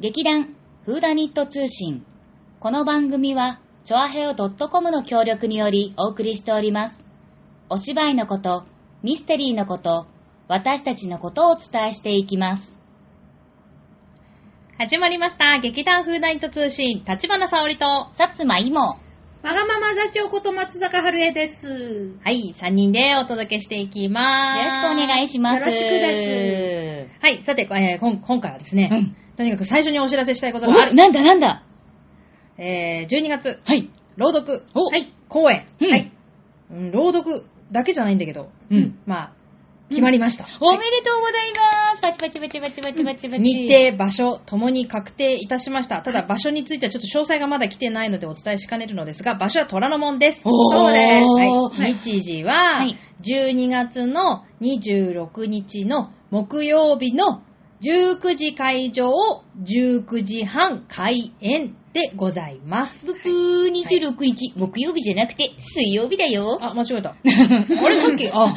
劇団フーダニット通信。この番組は、チョアヘオ .com の協力によりお送りしております。お芝居のこと、ミステリーのこと、私たちのことをお伝えしていきます。始まりました。劇団フーダイト通信、立花沙織と。はさつまいも。わがまま座長こと松坂春江です。よい、3人でお届けしていきます。よろしくお願いします。。よろしくですはい、さて、えーこん今回はですね、うんとにかく最初にお知らせしたいことがあおる。なんだなんだえー、12月、はい。朗読、おはい、公演、うんはい、うん朗読だけじゃないんだけど、うんまあ、決まりました。おめでとうございます。パチパチパチパチパチパチパチ。日。程、場所、ともに確定いたしました。ただ、場所についてはちょっと詳細がまだ来てないのでお伝えしかねるのですが、場所は虎ノ門です。おーそうです。おーはい、日時は、はい12月の26日の木曜日の19時会場を19時半開演でございます。ブブー26日、木曜日じゃなくて水曜日だよ。あ、間違え た。あれさっき、 あ、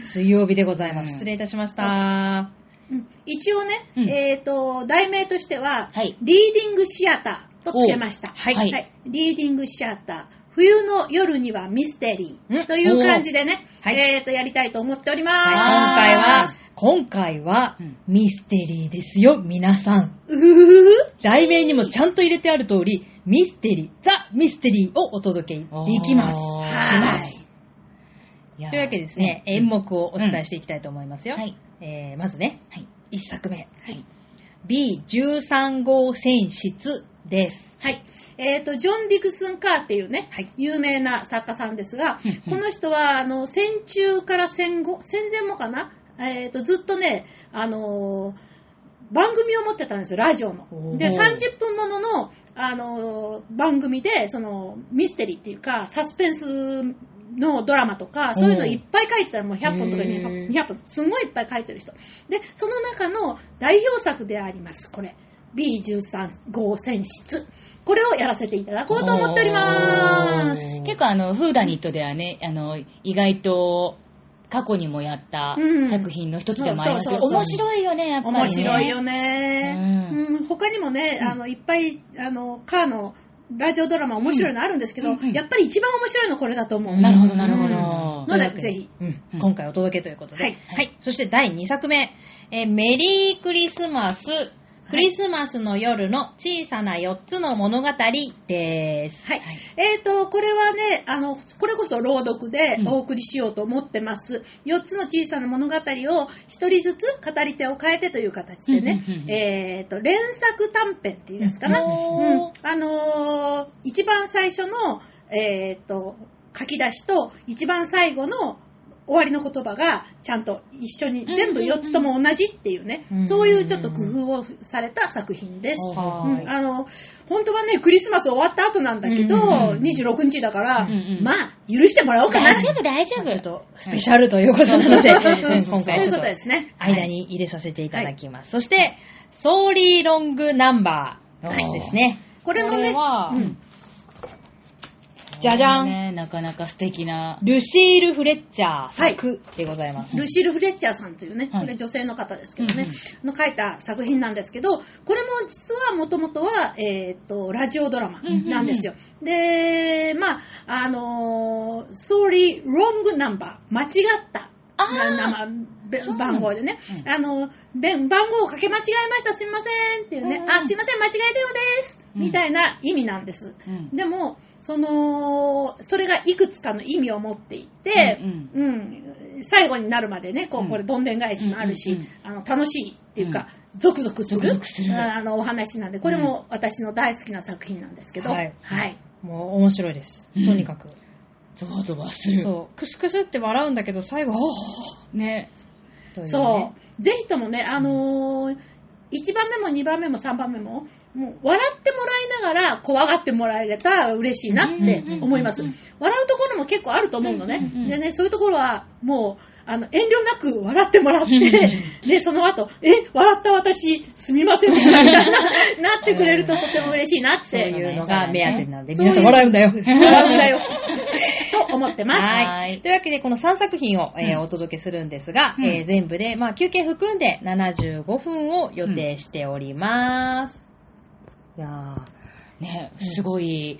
水曜日でございまうす。ん失礼いたしました。うん一応ね、うんえっ、と、題名としては、はいリーディングシアターとつけました。おはいはいリーディングシアター。冬の夜にはミステリうんーという感じでね、おはいえっ、と、やりたいと思っております。はい、今回は、今回はうん、ミステリーですよ、皆さん。うふふふ題名にもちゃんと入れてある通り、ミステリー、ザ・ミステリーをお届けできます。おーします。とというわけでですね、演目をお伝えしていきたいと思いますよ。はい。えーまずね、はい。 1作目、はい。 B13 号戦室です。はい。えっ、と、ジョン・ディクスン・カーっていうね、はい有名な作家さんですが、うんこの人は、あの、戦中から戦後、戦前もかなえっ、と、ずっとね、あのー番組を持ってたんですよ、ラジオおーの。で、30分ものの、あのー番組で、その、ミステリーっていうか、サスペンスのドラマとか、そういうのいっぱい書いてたら、もう100本とかへー200本、すごいいっぱい書いてる人。で、その中の代表作であります、これ。B13 号選出。これをやらせていただこうと思っております。結構あの、フーダニットではね、あの、意外と過去にもやったうん作品の一つでもありますけど、そうそうそう面白いよね、やっぱり、ね。面白いよね、ううん他にもね、あの、いっぱい、あの、カーのラジオドラマ面白いのあるんですけど、うんうんやっぱり一番面白いのこれだと思う。なるほど、なるほうどん。ので、ぜひ。うんうん今回お届けということで。はいはい。そして第2作目、えーメリークリスマス、クリスマスの夜の小さな4つの物語です。はいはい。えーと、これはね、あの、これこそ朗読でお送りしようと思ってます。4つの小さな物語を1人ずつ語り手を変えてという形でねうんうんうんう、んえーと、連作短編っていうやつかな。うんうんあのー一番最初の、えーと、書き出しと一番最後の終わりの言葉がちゃんと一緒に全部4つとも同じっていうね、うんうんうんそういうちょっと工夫をされた作品です。はうーいんあの、本当はね、クリスマス終わった後なんだけど、うんうんうん26日だから、んうんまあ、許してもらおうかな。大丈 夫、大丈夫。ちょっとスペシャルということなので、はいうん今そう回いちうょっこととですね。間に入れさせていただきます。そして、ソーリーロングナンバーですね。これもね、はうんじゃじゃんね、なかなか素敵な。ルシール・フレッチャー作でございます。ルシール・フレッチャーさんというね、はいこれ女性の方ですけどね、うの書いた作品なんですけど、これも実はもともとは、えっ、と、ラジオドラマなんですよ。で、まあ、あのー、ソーリー・ロングナンバー、間違った。あーななまべそうなんだ番号でね、うんあの、べ番号をかけ間違えました、すみませんっていうね、うんあ、すいません、間違えたようです、うんみたいな意味なんです。うんでも、その、それがいくつかの意味を持っていて、うんうん最後になるまでね、こうんう、これ、どんでん返しもあうるんうしん、あの、楽しいっていうか、ゾクゾクする。ゾクゾクするうんあの、お話なんで、これも私の大好きな作品なんですけど、はいはい。もう面白いです。うんとにかく。ゾワゾワする。そう。クスクスって笑うんだけど、最後、ね。といねそう。ぜひともね、あのー、1番目も2番目も3番目も、もう笑ってもらいながら怖がってもらえれたら嬉しいなって思います。うんうん笑うんうところも結構あると思うのね。うんうんうんでね、そういうところはもう、あの、遠慮なく笑ってもらって、で、その後、え、笑った私、すみませんでした、みたいな、なってくれるととても嬉しいなっそそうて、いうのそうだがね目当てなんで、そういう皆さん笑うんだよ。笑うんだ よ、と思ってます。ははいい。というわけで、この3作品を、えーお届けするんですが、うんえー全部で、まあ、休憩含んで75分を予定しております。いやね、すごい、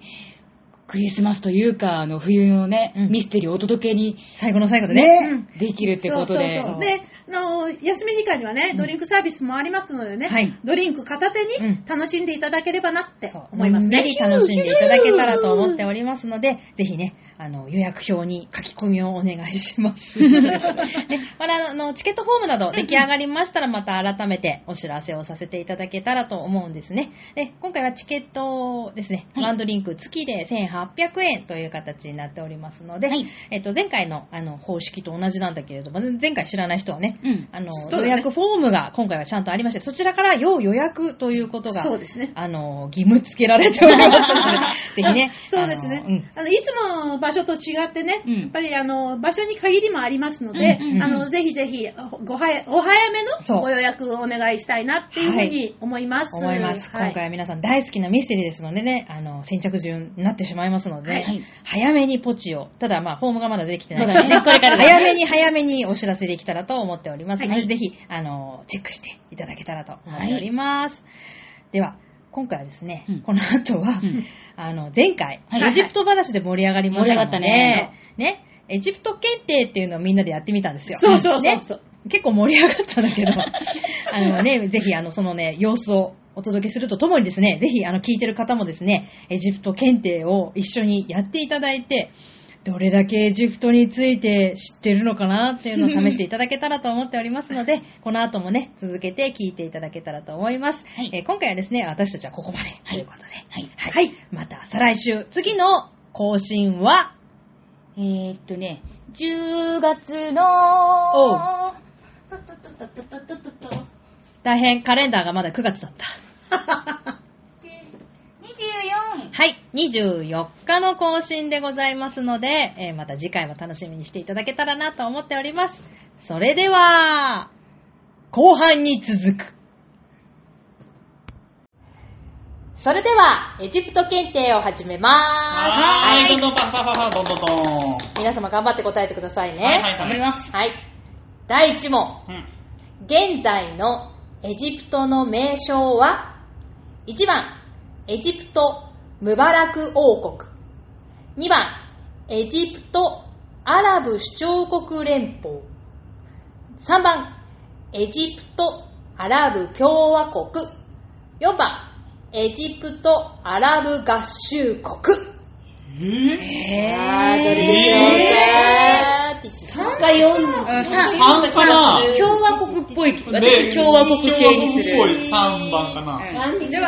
クリスマスというか、あの、冬のね、うんミステリーをお届けに、ー最後の最後でね。ね、うんできるってことで。そうそうそうで、あの休み時間にはね、ドリンクサービスもありますのでね、はいドリンク片手うにん楽しんでいただければなってそう思いますのんねび。り楽しんでいただけたらと思っておりますので、ぜひね、あの、予約表に書き込みをお願いし ます。で、まだあの、チケットフォームなど出来上がりましたら、また改めてお知らせをさせていただけたらと思うんですね。で、今回はチケットですね、はいワンドリンク月で1800円という形になっておりますので、はいえっと、前回の、あの、方式と同じなんだけれども、前回知らない人はね、うんあの、だ予ね約フォームが今回はちゃんとありまして、そちらから要予約ということが、そうですね。あの、義務付けられておりますの で、ぜひね。そうですねあのうん。あの、いつもの場所と違ってね、うんやっぱりあの、場所に限りもありますので、うんうんうんあの、ぜひぜひ、ごはや、お早めそうのご予約をお願いしたいなっていうふうに思います。思います。はい今回は皆さん大好きなミステリーですのでね、あの、先着順になってしまいますので、はい早めにポチを。ただまあ、フォームがまだできてないそう だねこれからだね早めに早めにお知らせできたらと思っておりますので、はいぜひ、あの、チェックしていただけたらと思っております。では、今回はですね、うんこの後は、うんあの、前回、はいエジプト話で盛り上がりましたので、盛り上がったねねエジプト検定っていうのをみんなでやってみたんですよ。そうそうそうねそう。結構盛り上がったんだけど、あのね、ぜひあの、そのね、様子をお届けするとともにですね、ぜひあの、聞いてる方もですね、エジプト検定を一緒にやっていただいて、どれだけエジプトについて知ってるのかなっていうのを試していただけたらと思っておりますので、この後もね、続けて聞いていただけたらと思います。はいえー今回はですね、私たちはここまでということで、はい。はい。また再来週、次の更新は、えー、っとね、10月の、おう大変カレンダーがまだ9月だった。 24! はい。24日の更新でございますので、えーまた次回も楽しみにしていただけたらなと思っております。それでは、後半に続く。それでは、エジプト検定を始めまーす。はーい、どんどんパッパッパッパどんどんどん。は皆様頑張って答えてくださいね。い、頑張ります。はい。第1問。うん。現在のエジプトの名称は1番エジプトムバラク王国2番エジプトアラブ首長国連邦3番エジプトアラブ共和国4番エジプトアラブ合衆国えあーどれでしょうかって言って3か4たぇ、ー、3かな共和国っぽい。ね私、共和国系にす共和国る。っぽい3番かな。三にする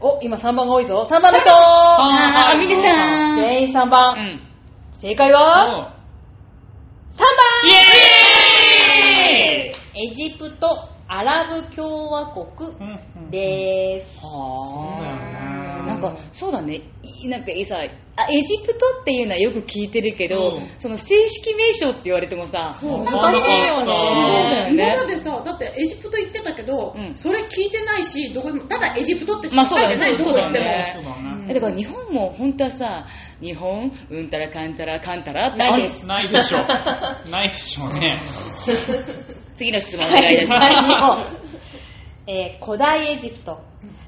お、今3番が多いぞ。3番の人あー、みでしうたー。全員3う番。ん。正解は、3イエーイ番エジプトアラブ共和国うんうんでーす。そうだよねはあ。なんか、そうだね。いなんかさ、あエジプトっていうのはよく聞いてるけど、うんその正式名称って言われてもさ、そう難しいよね。そうそうだだよ今まね。でさ、だってエジプト行ってたけど、うんそれ聞いてないし、どこにも、ただエジプトってしまかあそうだ書いねてない、どそうこだ行よっても。ねそうだね。えだから日本も本当はさ、日本、うんたらかんたらかんたらってあないるで。すないでしょう。ないでしょうね。次の質問お願いいたします。えー古代エジプト、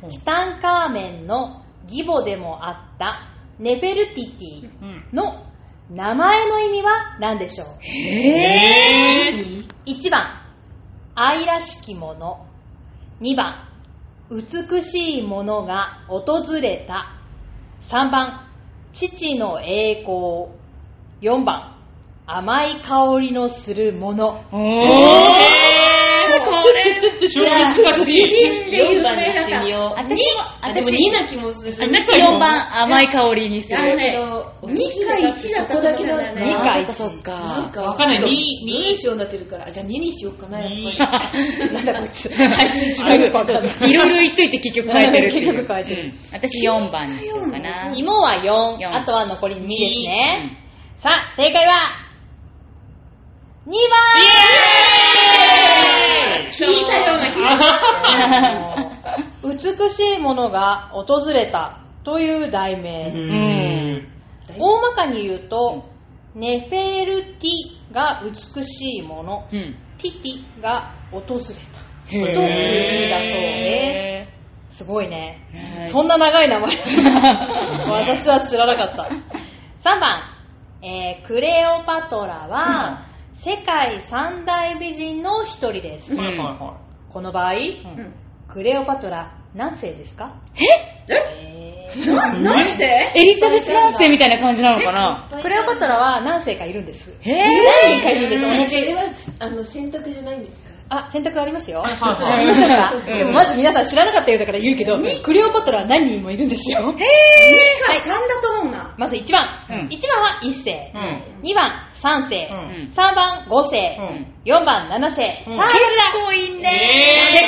ツタンカーメンの義母でもあったネフェルティティうん。の名前の意味は何でしょうえぇ、 1番愛らしきもの2番美しいものが訪れた3番父の栄光4番甘い香りのするものおー、ー、超難しい。人で有名だから。よう。私は、私、な気もするし私4番、甘い香りにする。あのね、2か1だったと思うんだよね。二二回回。そっかなそんっか、か。わかんない。2、文章になってるから、あじゃあ2にしようかな、やっぱり。 2。なんだこい つ。あいつ一番よくわかんないいろいろ言っといて結局変えてるっていう。結局変えてるうん。私4番にしようかな。芋は4四あとは残り2ですねさあ正解は2番聞いたような気が美しいものが訪れたという題名、うん。大まかに言うと、ネフェルティが美しいもの、うん。ティティが訪れた。へという意味だそうです。すごいね。はいそんな長い名 前。私は知らなかった。3番、えークレオパトラは、世界三大美人の一人です。はいはいはこの場合、んクレオパトラ何世ですかな、何してエリザベス何世みたいな感じなのかなクレオパトラは何世かいるんです。へぇ何人かいるんです、同それじ。はあの選択じゃないんですかあ、選択ありますよ。いはいありましょうか。でもまず皆さん知らなかったようだから言うけど、クレオパトラは何人もいるんですよ。 ?2 か3だと思うな。まず1番。うん1番は1世。うん2番3世。うんうん3番5世。うん4番7世。うんさあ、結構いんね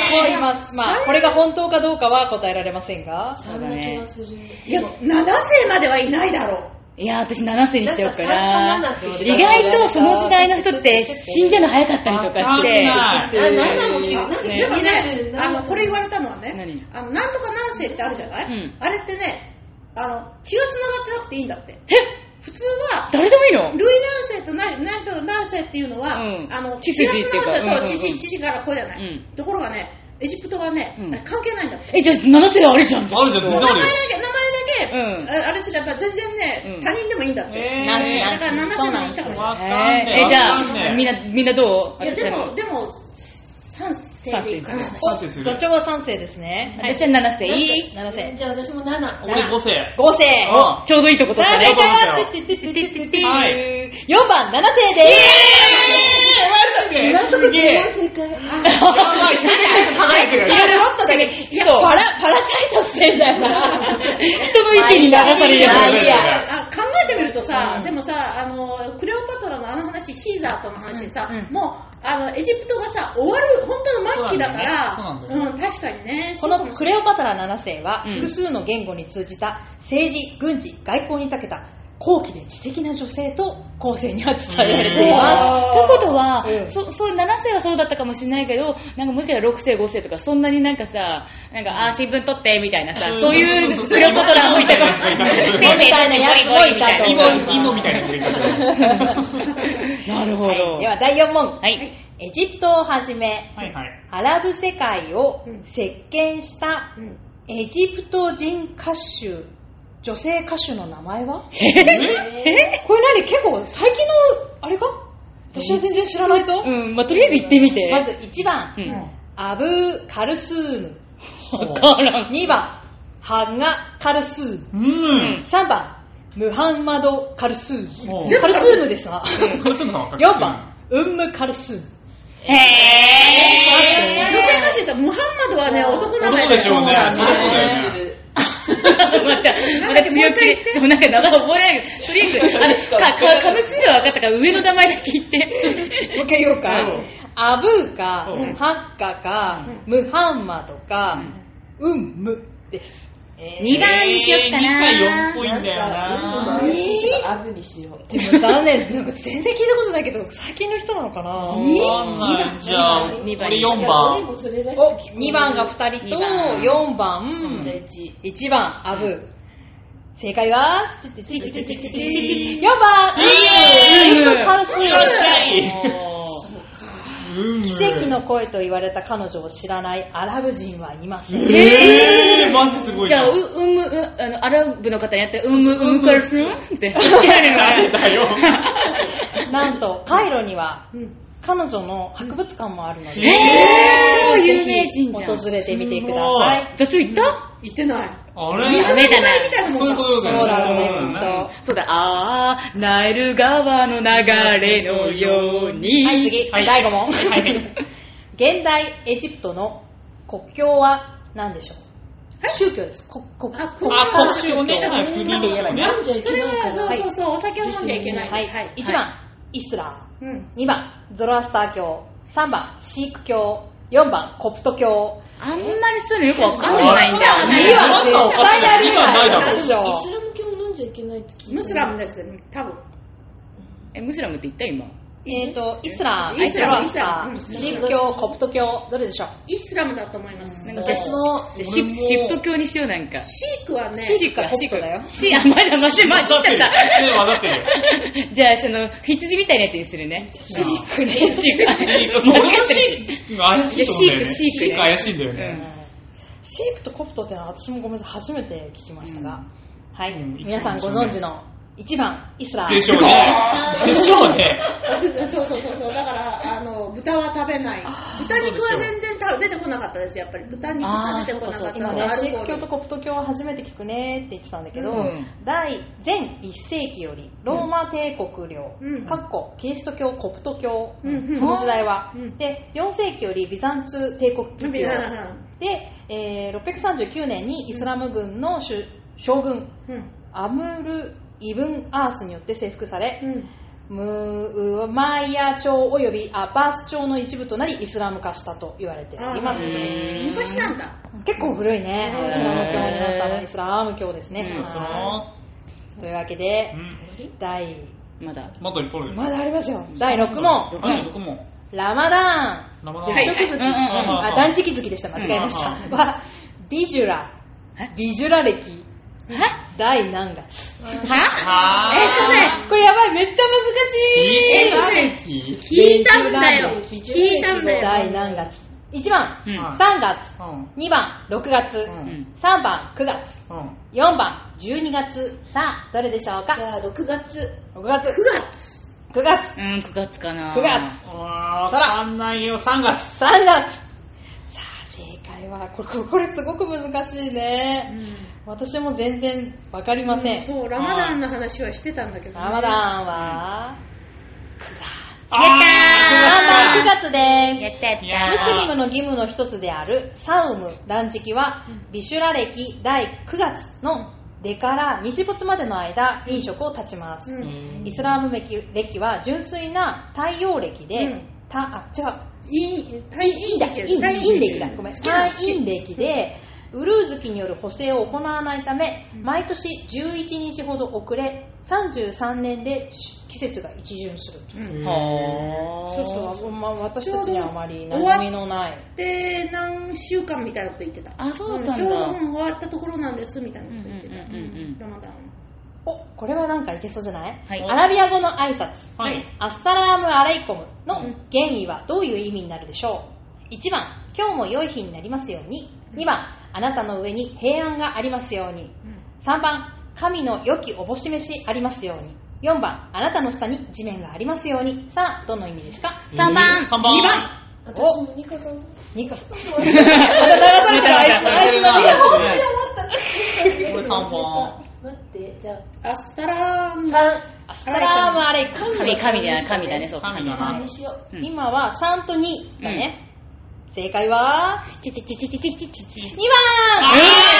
結構います。まあ、これが本当かどうかは答えられませんが。そんな気がするいや、7世まではいないだろいや、私7世にしちゃおうかなんかな3か7って意外とその時代の人って死んじゃうの早かったりとかし危なて。いあ7も気がう。ねでも気にね、なあるの、これ言われたのはね何、あの、なんとか何世ってあるじゃない、うんあれってね、あの、血が繋がってなくていいんだって。え普通は、誰でもいいの類何世と何何と何世っていうのは、うんあの、父父っていうか血が繋がってうんうんそうんう父父から子じゃない、うんところがね、エジプトはね、うんあれ関係ないんだって。え、じゃあ7世あれじゃん。い。あるじゃん、全然あ名る前だ。よけ、名前だけ、ああれすれば全然ね、うん他人でもいいんだって。え何世だから7世まで行ったかもしれないわかんえねーえじゃわかんねあ、みんな、みんなどういや私ではも、でも、3世でいくかな。三世三世する座長は3世ですね。私は7世。いい ?7 世。じゃあ私も7俺5世。 5世。あちょうどいいとこさ取ったあ、ね正解。は、はい4番、7世です。えマジです正解やばい、一人で輝いてるいや、ちょっとだけ、いや、パラ、パラサイトしてんだよな。人の意見に流されるややつつだだねねいや、いやあ考えてみるとさ、でもさあのクレオパトラのあの話シーザーとの話でさ、うんもうあのエジプトがさ終わる本当の末期だからそうなんだよねそううん確かにねこのクレオパトラ7世は、うん複数の言語に通じた政治、軍事、外交に長けた、高貴で知的な女性と後世には伝えられていまあーということは、うんそそう7世はそうだったかもしれないけどなんかもしかしたら6世5世とかそんなになんかさなんかあー新聞取ってみたいなさうんそうそいうそううそうクレオパトラもいたかもそうそうそうせんべい食べてゴリゴリみたいなそうそイモうそう、イモみたいなやつがいるからイモなるす。ほどはい、では、第4問。はいエジプトをはじめ、はいはい。アラブ世界をうん席巻したうんエジプト人歌手、女性歌手の名前はえこれ何結構最近のあれか私は全然知らないぞ。うんまあとりあえず行ってみてまず1番、うんアブ・カルスーム。わからん2番、ハンガ・カルスーム。うん。 3番、ムハンマド・カルスーおム。カルスームですな。カルスムさんはかっこいい4番、ウンム・カルスーム。へえ女性歌手さムハンマドはね男名前男でしょうねだからそりゃそうだよねまた、また強気で、そうなんか名前覚えられない。とりあえず、あの、か、か、かむすんでは分かったから、上の名前だけ言って。もう一回言おうかうん。アブーかうん、ハッカか、ムハンマドか、うん、むです。 2番にしよっかな。えー二か4っぽいんだよななんか。うんアブにしようでも残念。なんか全然聞いたことないけど、最近の人なのかなわかんない。じゃあ、二番俺い4やどれ番。もそれらしく聞お、こえる2番が2人と、二番4番、じゃあ1 1番、アブー。正解は、イ4番エーイウンムカルスよっしゃいうん奇跡の声と言われた彼女を知らないアラブ人はいません。えー、マジすごいな。じゃあ、う、うんむ、うん、あの、アラブの方にやって、うんむ、うんむからすんって。やるのが誰だ よ。なんと、カイロには、彼女の博物館もあるのえで、ー、超有名人じゃん。訪れてみてください。座長行った言ってないあいやれダメだなみたいなもんそういうことそだうよね。だろうね、そうきっだよねと。そうだ、あー、ナイル川の流れのように。はい、次、はい第5問。はい現代エジプトの国境は何でしょう宗教です。国国あ国あ、家腰をね、国とかね。なんじゃいけそないれはかそなうそうそう、お酒を飲んじゃいけないはでいす、はい、 1番、イスラうんム。2番、ゾロアスター教。3番、シーク教。4番、コプト教。あんまりそういうのよくわかんないんだよね。 2番、絶対ある今ないだろでイしょスラム教も飲んじゃいけないって聞いてムスラムです多分え、ムスラムって言った今。えっと、イスラム、イスラムイスラム、イスラムシーク教、コプト教、どれでしょうイスラムだと思いますなんシかじゃあ、しシッシップ教にしようなんか。ークはねシークかコプトだよ。シー、あ、まだまだまだ混ざってる。混ざってる。じゃあ、その、羊みたいなやつにするね。シークね。シーク。間違俺のってるシーク怪しいシークシーと思うんだよね。クね怪しいんだよね。うシークとコプトってのは私もごめんなさい、初めて聞きましたが、はい、うん皆さんご存知の1番イスラーでしょうね。でしょうね。 そうそうそうそうだからあの豚は食べない豚肉は全然食べ出てこなかったですやっぱり豚肉が出てこなかった今のねでシークア教ルとココールプト教は初めて聞くねって言ってたんだけど、うん第前1世紀よりローマ帝国領、うんかっこキリスト教コプト教、うんうんその時代は、うんで4世紀よりビザンツ帝国領、うんで、えー639年にイスラム軍の主、将軍うんアムル・イブン・アースによって征服され、うんムーマイヤ朝およびアッバース朝の一部となりイスラム化したと言われていますあー昔なんだ結構古いねうんイスラム教になったのイスラム教ですね、そうそうというわけでうん第まだ。まだいっぱいあるよ。まだありますよ第6問はい、僕も。ラマダーン生絶食月、はいはいうんうんうんあ断食月でした間違えました、うんはビジュラビジュラ歴第何月はえっとねこれやばいめっちゃ難しいえっとね。聞えっとね。いたんだよ基準聞いたんだよ第何月 ?1 番、うん3月、うん。 2番、6月、ん3番、9月、うん。 4番、12月。さあ、どれでしょうじかゃあ6月 ?6 月。 9月9月、うん、9月かな。 9月、わー、わかんないよ、3月。 3月。さあ、正解は、これ、これこれすごく難しいね。私も全然わかりません。そうラマダンの話はしてたんだけどねラマダンは、あ3番、9月です。やったやっいやた。ムスリムの義務の一つであるサウム断食はビシュラ歴第9月の出から日没までの間飲食を断ちます、うんイスラーム歴は純粋な太陽歴で、うんたあ違ういい大いいだけイン大イン歴だごめん好きなの好太き陰歴でウルーズ期による補正を行わないため毎年11日ほど遅れ33年で季節が一巡すると、ーはそうぁ。そう、まあ、私たちにはあまり馴染みのないで何週間みたいなこと言ってたあそうだったんちだょうど、うん終わったところなんですみたいなこと言ってた、うんうんうんうんうんラマダンお、これはなんかいけそうじゃない、はいアラビア語の挨拶、はいアッサラームアレイコムのうん原意はどういう意味になるでしょう ?1 番、今日も良い日になりますように。2番、あなたの上に平安がありますように。3番、神の良きおぼしめしありますように。4番、あなたの下に地面がありますように。さあ、どの意味ですか3番。 3番。 2番。私もニカさんとニカさん。また流されたあいつ、あいつのいや、本当に思った。これ3番。待ってじゃアッサラームあアッサラームアレイコム。神、神だね、神だね、そう、神神だだなね。 3にしよううん今は3と2だね。正解は、ちちちちちちちち2番あなたの上にち。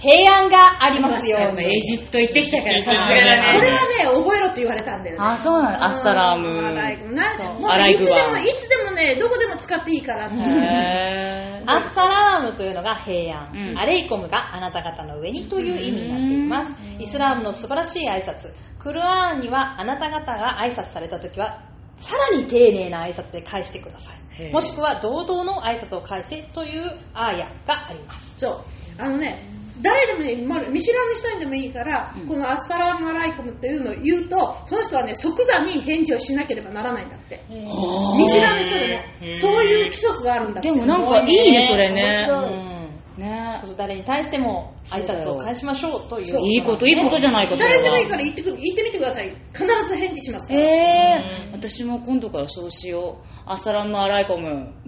平安がありますよやうっぱに。エジプト行ってきたから、さすうんがだこれね。はね覚えろって言われたんだよねあ、そうなの。アッサラーム。アライグなそうもうアライいグつはでもいつでもねどこでも使っていいからって、へアッサラームというのが平安、うんアレイコムがあなた方の上にという意味になっています。イスラームの素晴らしい挨拶、クルアーンにはあなた方が挨拶された時は、さらに丁寧な挨拶で返してくださへい。えもしくは堂々の挨拶を返せというアーヤがあります。そうあのね誰でもいいまあ見知らぬ人にでもいいから、このアッサラームアライコムっていうのを言うとその人はね即座に返事をしなければならないんだって見知らぬ人でへもーそういう規則があるんだってでもなんかいいね、それね。うんねそう誰に対しても挨拶を返しましょうというそういいこと、いいことじゃないか、それ誰ではもいいから言ってくる言ってみてください必ず返事しますから、えー、私も今度からそうしよう。アサラムアライコム。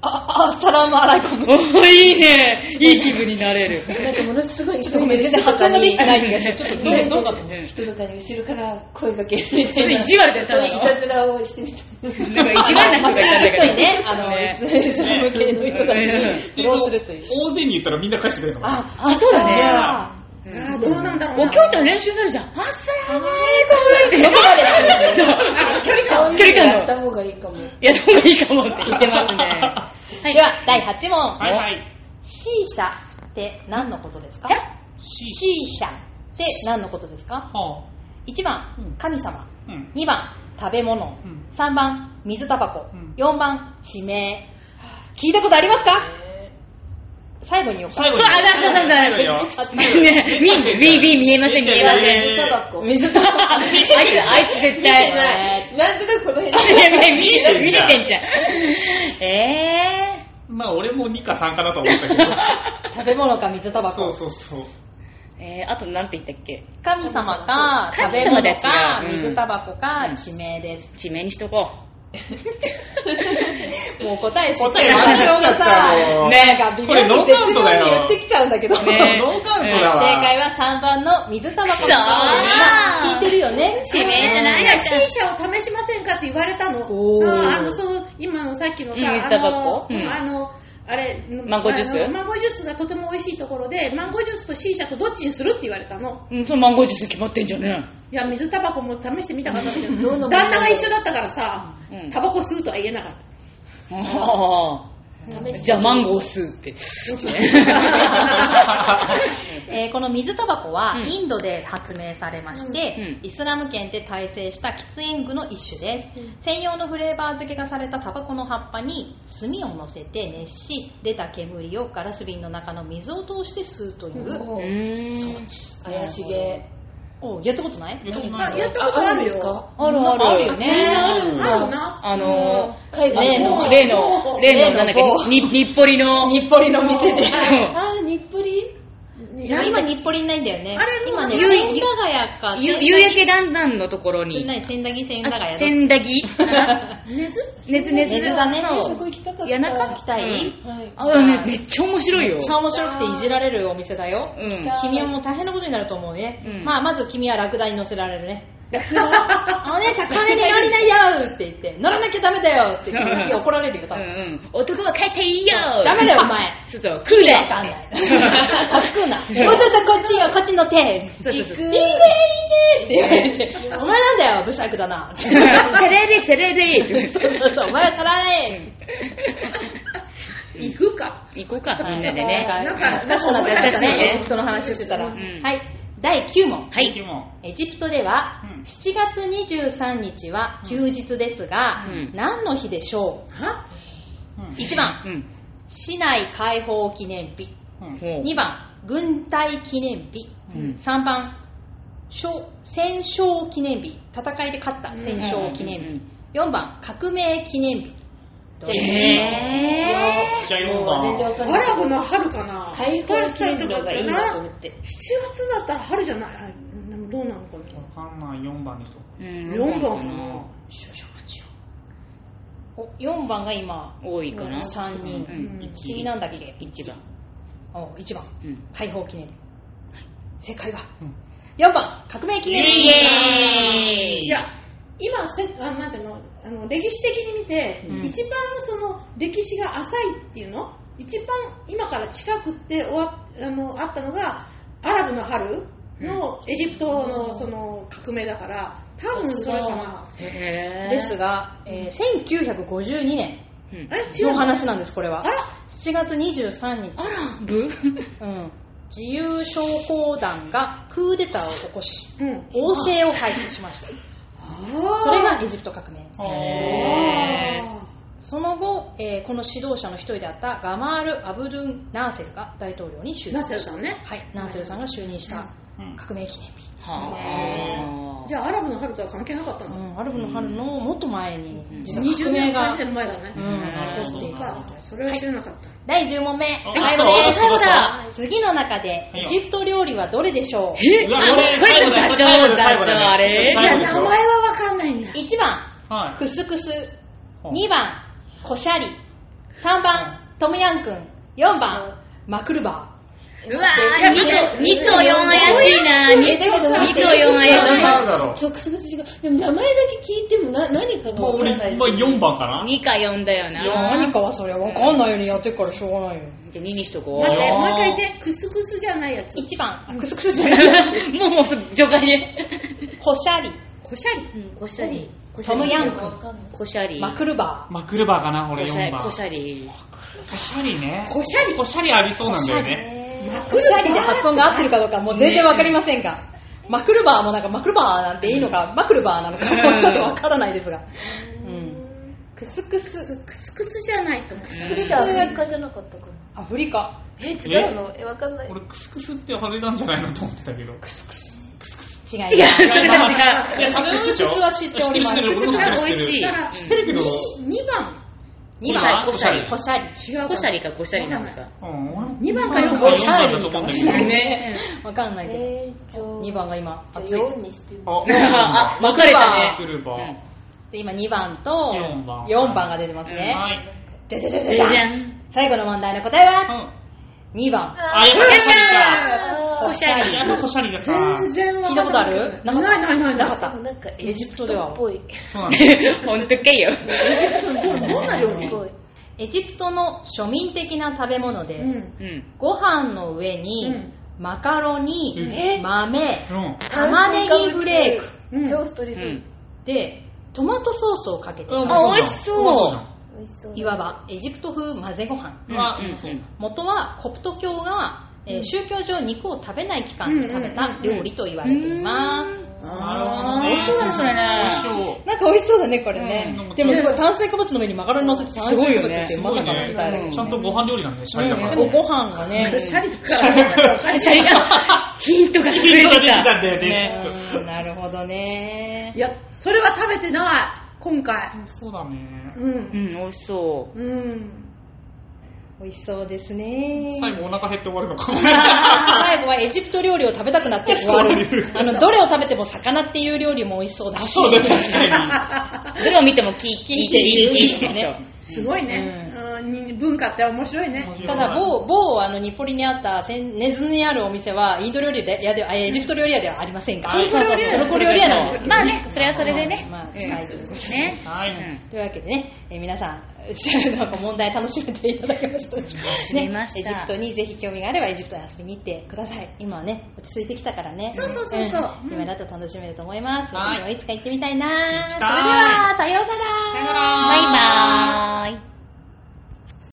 あ、あ、サラームアライコム。おいいねいい気分になれる。なんかものすごいちょっとごめん、全然発音ができてない気がして、ちょっとどうだったね人とかに後ろから声かけられてそれ意地悪だよそれいたずらをしてみたなんか一番な 人がいたんだけど。一人ね、あの、ね SM 系の人たち に フォローするという。大勢に言ったらみんな返してくれるのかあ、そうだね。あああどうなんだろうなおきょうちゃん練習になるじゃん。アサラムアライコムって。どこまで距離そうい感。距うのや離感っの。た方がいいかもいや、どこがいいかもって言ってますね。はーい。では、第8問。はいはい。 C 社って何のことですかえ ?C 社って何のことですかは ?1 うん番、神様。あ。うん。 2番、食べ物うん。 3番、水タバコうん。 4番、地名。聞いたことありますか最後によっか。最後そう、あ、だ、だ、だ、だ。よ。ね、見、見、見、見 えません、見えません。水タバコ水タバコ。あいつ、あいつ絶対。なんとなくこの辺いや、見えてる、見えてんじゃん。えまあ俺も2か3かなと思ったけど。食べ物か水タバそうコ。そうそう。えー、あとなんて言ったっけ神様か、食神べ様物では違うか、うん水タバコか、地名です。地名にしとこもう答え知って答る。え分かっちゃったよ。なんか微これ妙ノにーカウン絶ト妙だよに言ってきちゃうん だけど。う。ねノーカウントうんだわ。正解は3番の水タバコくそ聞いーてるよね。地名じゃないいのやか C 社を試しませんかって言われたの。おーああの、その、今のさっきのさ、うんあタバの、コうんあの、あれ、マンゴージュースあのマンゴージュースがとても美味しいところで、マンゴージュースと C 社とどっちにするって言われたの。うん、そのマンゴージュース決まってんじゃねいや、水タバコも試してみたかったけど、旦那が一緒だったからさうん、タバコ吸うとは言えなかった。え。ああ。 じゃあマンゴー吸うって。えーこの水タバコはうんインドで発明されまして、うんうんイスラム圏で大成した喫煙具の一種です、専用のフレーバー漬けがされたタバコの葉っぱに炭を乗せて熱し出た煙をガラス瓶の中の水を通して吸うという、うーん。怪しげ。おやったことないやったことなあ、い言ったことあんるですよ。かあるある。あるよねあるな。あの海ー、例外のの、例の、例の、なんだっけ、に、日暮里の、日暮里の店で。そうあ、日暮里今日暮里ないんだよねあれもう今ねゆ千駄ヶ谷かゆ千駄木夕焼けだんだんのところそれに、何千駄木千駄ヶあ谷千駄木かな根津熱熱根津だねそうそこ行きたかった。谷中は行きたいうんい。あ、でもね、めっちゃ面白いめよっ。ちゃ面白くていじられるお店だよ、うん。君はもう大変なことになると思うね、うんまあまず君はラクダに乗せられるね楽だ。お姉さん金に乗りなよって言って乗らなきゃダメだよって言って次怒られるよ多うんう分、ん。男は帰っていいよダメだよ お前そうそう、食うぜわかんないこっち来んなもうちょっとこっちよこっち乗ってそうそうそ行くういいねいいねって言われてお前なんだよ不細工だなそ セレビ、セレビって言われてうそうそうお前はさらない行くか。行こうか、みんなでね。なんか懐懐かかししくくななっっててききたたねねその話してたら、んはい第9問はい。でもエジプトでは、うん7月23日は休日ですが、うん何の日でしょうはうん1番うん。市内開放記念日うんほう2番軍隊記念日、うん3番勝戦勝記念日戦いで勝った戦勝記念日、うんうん4番革命記念日どうでしょうえじゃあも4うは全然番。わかんなアい。ラブの春かな。開放記念日の方がいいなと思って。 7月だったら春じゃないあでもどうなのかなわかんない、4番の人。ー。 4番かなお4番が今多いかな。 3人、うんうん君なんだっけ一番。お1番うん。解放記念日正解は、うん4番革命記念日イエーイいや今せあなんていうのあの歴史的に見て、うん一番その歴史が浅いっていうの一番今から近くって終わあのあったのがアラブの春のエジプトのその革命だから多分それかな、へーですが、えー1952年うんえ違うの話なんですこれはあら7月23日あら、ぶうん、自由商工団がクーデターを起こしうん王政を開始しましたあそれがエジプト革命へーその後、えーこの指導者の一人であったガマール・アブドゥン・ナーセルが大統領に就ー任ナセルさんねはい、ナーセルさんが就任したうん革命記念日、はじゃあアラブの春とは関係なかったうの、ん、アルブの春のもっと前に実は革命20年30が、年前だね、ううんん、起こそってういたかそれは知らなかった、第10問目あはいそうお願いしまそうだす次の中でエジプト料理はどれでしょうえうわ、俺、これちょっと最後だダチョウ最後だ最後ダチョウだあれ最後いやです名よ前は分かんないんだ1番はい。クスクスほう2番コシャリ3番トムヤンクン4番マクルバうわー、2と、二と4怪しいな。え2だけどなんかと4怪しい。何だろう。そう、クスクス違う。でも名前だけ聞いてもな何かがまあわから俺、ないし。まあ4番かな。 2か4だよな。ーじゃ何かはそりゃ分かんないようにやってるからしょうがないよあ2にしとこ待うっ。て、あーもう一回言って、クスクスじゃないやつ。 1番 クスクスじゃないもうもうす除外で。コシャリこしゃり。こしゃり。トムヤンクこしゃり。ンマクルバマクルバーかな、俺こしゃ4番。り。ここししゃり。ゃりね。こしゃりこしゃりありそうなんだよね。ーコシャリで発音が合ってるかどうかもう全然分かりませんがマクルバーもなんかマクルバーなんていいのかマクルバーなのかうんもうちょっと分からないですがうんクスクスクスクスじゃないと思う。アフリカ違うのえ、わかんない。俺、クスクスってあれなんじゃないのと思ってたけど。クス違いま違う、すそれは違う。クスクスクスは知っております知ってる、知ってる。俺も知ってるクスクスは美味し知っいてる知ってる知ってるけど、 2番。 2番、コシャリ。コシャリ。違う。コシャリかコシャリなのか。うん、俺も2番か4二番番。か四番だと思うんだけどね。わかんないけど。えー、じゃあ2番が今、じゃあ熱い。 4にしてみあ、あ、分かれたね。来るば。で今2番と四番4番が出てますね。はい。じゃじゃじゃじゃじじゃゃじゃん。最後の問題の答えうはん。 2番。あ、やっぱりコシャリコシャか。やっぱコシャリだか。全然わ聞いかたんことあいるないないないなかなっい。た。なんかエエジジププトトではっぽい。そうなんだ。ほんとけよ。どんな料っ理ぽい。エジプトの庶民的な食べ物でうす。ん。うん。ご飯の上に、うんマカロニ、え豆、うん。玉ねぎフレークうん超太りうそう。ん。で、トマトソースをかけて、うんあ、美味しそう。美味しそう。いわばエジプト風混ぜご飯。うん。元はコプト教が、えー宗教上肉を食べない期間で食べた料理と言われています。なるほどね。美味しそうだねそれね美味しそう。なんか美味しそうだね、これね。うんでもすごい炭水化物の上にマカロニ乗せて炭水化物っていうすまごさいかのね事態だよね。ちゃんとご飯料理なんで、シャリだからでね。もご飯がね、シャリとか。シャリが、 ヒントが隠れが出ててた。たんだよね。うんなるほどねい。や、それは食べてない。今回。そうだね。うん。うん、美味しそう。うん。美味しそうですね。 最後お腹減って終わるのかも。最後はエジプト料理を食べたくなって終わるそういうあの、どれを食べても魚っていう料理も美味しそうだし。そうだ、確かに。どれを見てもキー、キー、キー、キー。すごいね。うんに文化って面白いね。ただ、某、某、あの、日暮里にあった、先根津にあるお店は、インド料理で、いやで、あエジプト料理屋ではありませんが、トルコ料理屋そうそうそうトルコ料理屋なんですけど、まあね、それはそれでね。まあ、近いということですね。はい。というわけでね、えー皆さん、 なんか問題楽しめていただけましたでしょうかしめましたねエジプトにぜひ興味があればエジプトに遊びに行ってください。今はね、落ち着いてきたからね。そうそうそうそうん今だと楽しめると思います。はい私もいつか行ってみたいな行きそれたいでは、さようならさよならバイバーイ。